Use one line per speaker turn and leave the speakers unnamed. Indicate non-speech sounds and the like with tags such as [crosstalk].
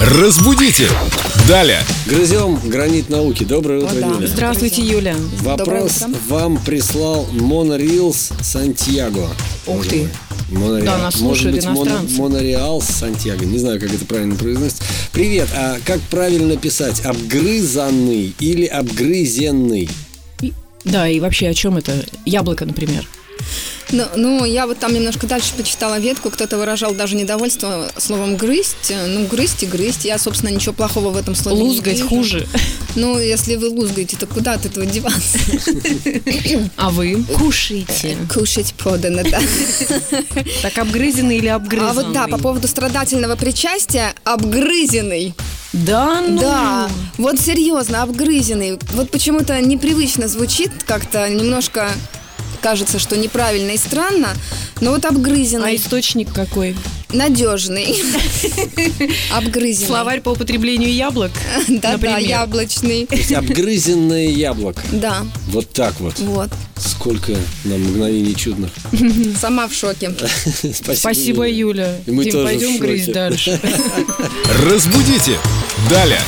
Разбудите! Далее!
Грызем гранит науки. Доброе утро, Юля.
Здравствуйте, Юля.
Вопрос вам прислал Монорилс Сантьяго.
Ух ты.
Монореал.
Да, нас
Может
слушают
быть, Моно-
иностранцы.
Монореал Сантьяго. Не знаю, как это правильно произносится. Привет. А как правильно писать? Обгрызанный или обгрызенный?
И- Да, и вообще о чем это? Яблоко, например.
Ну, ну, я вот там немножко дальше почитала ветку, кто-то выражал даже недовольство словом «грызть». Ну, грызть и грызть. Я, собственно, ничего плохого в этом слове не
Лузгать
вижу.
[laughs] хуже.
Ну, если вы лузгаете, то куда от
[laughs]
этого деваться?
А вы? Кушайте.
Кушать подано, да.
Так обгрызенный или обгрызанный?
А вот да, по поводу страдательного причастия, обгрызенный.
Да, ну.
Да, вот серьезно, обгрызенный. Вот почему-то непривычно звучит, как-то немножко кажется, что неправильно и странно, но вот
А
обгрызенный,
источник какой?
надежный,
[laughs]
обгрызенный.
Словарь по употреблению яблок?
[laughs] Да, да,
например.
яблочный.
То есть обгрызенное яблоко.
Да,
Вот так вот.
вот.
Сколько нам мгновений чудных. [laughs]
Сама в шоке.
Спасибо,
Спасибо, Юля.
И мы
Дим,
тоже в
пойдем
шоке.
грызть дальше.
Разбудите! Далее!